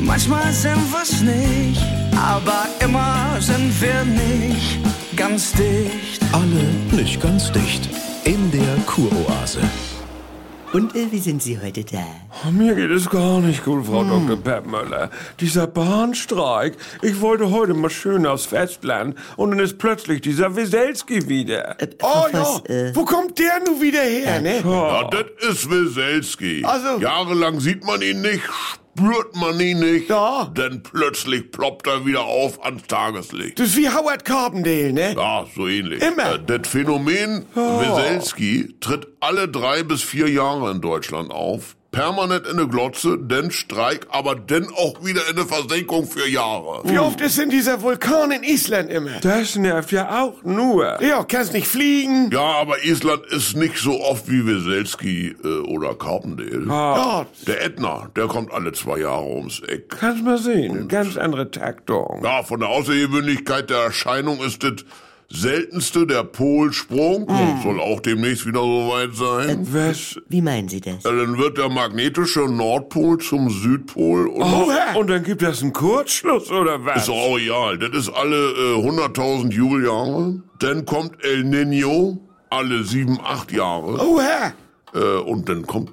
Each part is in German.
Manchmal sind wir's nicht, aber immer sind wir nicht ganz dicht. Alle nicht ganz dicht. In der Kuroase. Und äh, wie sind Sie heute da? Oh, Mir geht es gar nicht gut, Frau Dr. Peppmüller. Dieser Bahnstreik. Ich wollte heute mal schön aufs Festland und dann ist plötzlich dieser Weselski wieder. Oh was, ja, äh? wo kommt der nun wieder her, ne? Ja, Ah, das ist Weselski. Also- Jahrelang sieht man ihn nicht, spürt man ihn nicht. Ja. Denn plötzlich ploppt er wieder auf ans Tageslicht. Das ist wie Howard Carpendale, ne? Ja, so ähnlich. Immer. Äh, das Phänomen Weselski tritt alle drei bis vier Jahre in Deutschland auf. Permanent in der Glotze, denn Streik, aber dann auch wieder in der Versenkung für Jahre. Wie oft ist denn dieser Vulkan in Island immer? Das nervt ja auch nur. Ja, kannst nicht fliegen. Ja, aber Island ist nicht so oft wie Weselski äh, oder Carpendale. Ja, Der Ätna, der kommt alle zwei Jahre ums Eck. Kannst mal sehen. Ganz andere Taktung. Ja, von der Außergewöhnlichkeit der Erscheinung ist das seltenste der Polsprung. Soll auch demnächst wieder soweit sein. Was? Wie meinen Sie das? Ja, dann wird der magnetische Nordpol zum Südpol. Und Oh, und dann gibt das einen Kurzschluss oder was? Ist doch auch egal. Das ist alle äh, 100.000 Jubeljahre. Dann kommt El Nino alle sieben, acht Jahre. oha. Äh, und dann kommt,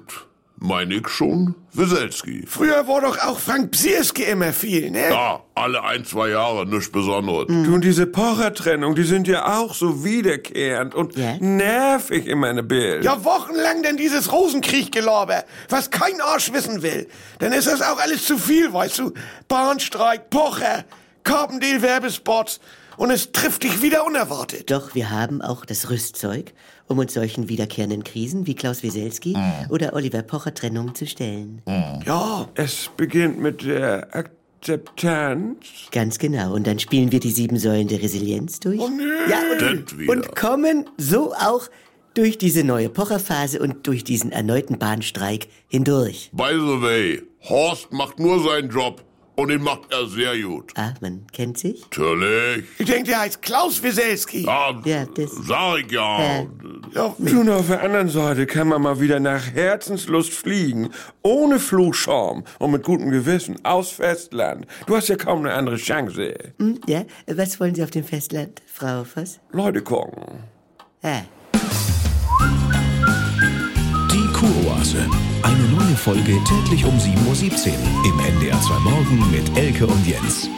meine ich schon, Wieselski. Früher war doch auch Frank Bsirski immer viel, ne? Ja, Ah, alle ein, zwei Jahre, nichts Besonderes. Du und diese Pocher-Trennung, die sind ja auch so wiederkehrend und Ja? nervig in meine Bild. Ja, wochenlang denn dieses Rosenkrieg-Gelaber, was kein Arsch wissen will. Dann ist das auch alles zu viel, weißt du? Bahnstreik, Pocher, Carpendale-Werbespots. Und es trifft dich wieder unerwartet. Doch wir haben auch das Rüstzeug, um uns solchen wiederkehrenden Krisen wie Klaus Wieselski Mhm. oder Oliver Pocher Trennung zu stellen. Ja, Es beginnt mit der Akzeptanz. Ganz genau. Und dann spielen wir die sieben Säulen der Resilienz durch. Oh, nö. Ja, Das und, wieder. und kommen so auch durch diese neue Pocher-Phase und durch diesen erneuten Bahnstreik hindurch. By the way, Horst macht nur seinen Job und den macht er sehr gut. Ah, man kennt sich? Natürlich. ich denke, der heißt Klaus Wieselski. Ja, Ja, das- sag ich ja. Äh. Ja, Nun, auf der anderen Seite kann man mal wieder nach Herzenslust fliegen, ohne Flugschaum und mit gutem Gewissen, aus Festland. Du hast ja kaum eine andere Chance. Hm, ja? Was wollen Sie auf dem Festland, Frau Voss? Leute gucken. Ah. Die Kuroase. Eine neue Folge täglich um 7.17 Uhr im NDR 2 Morgen mit Elke und Jens.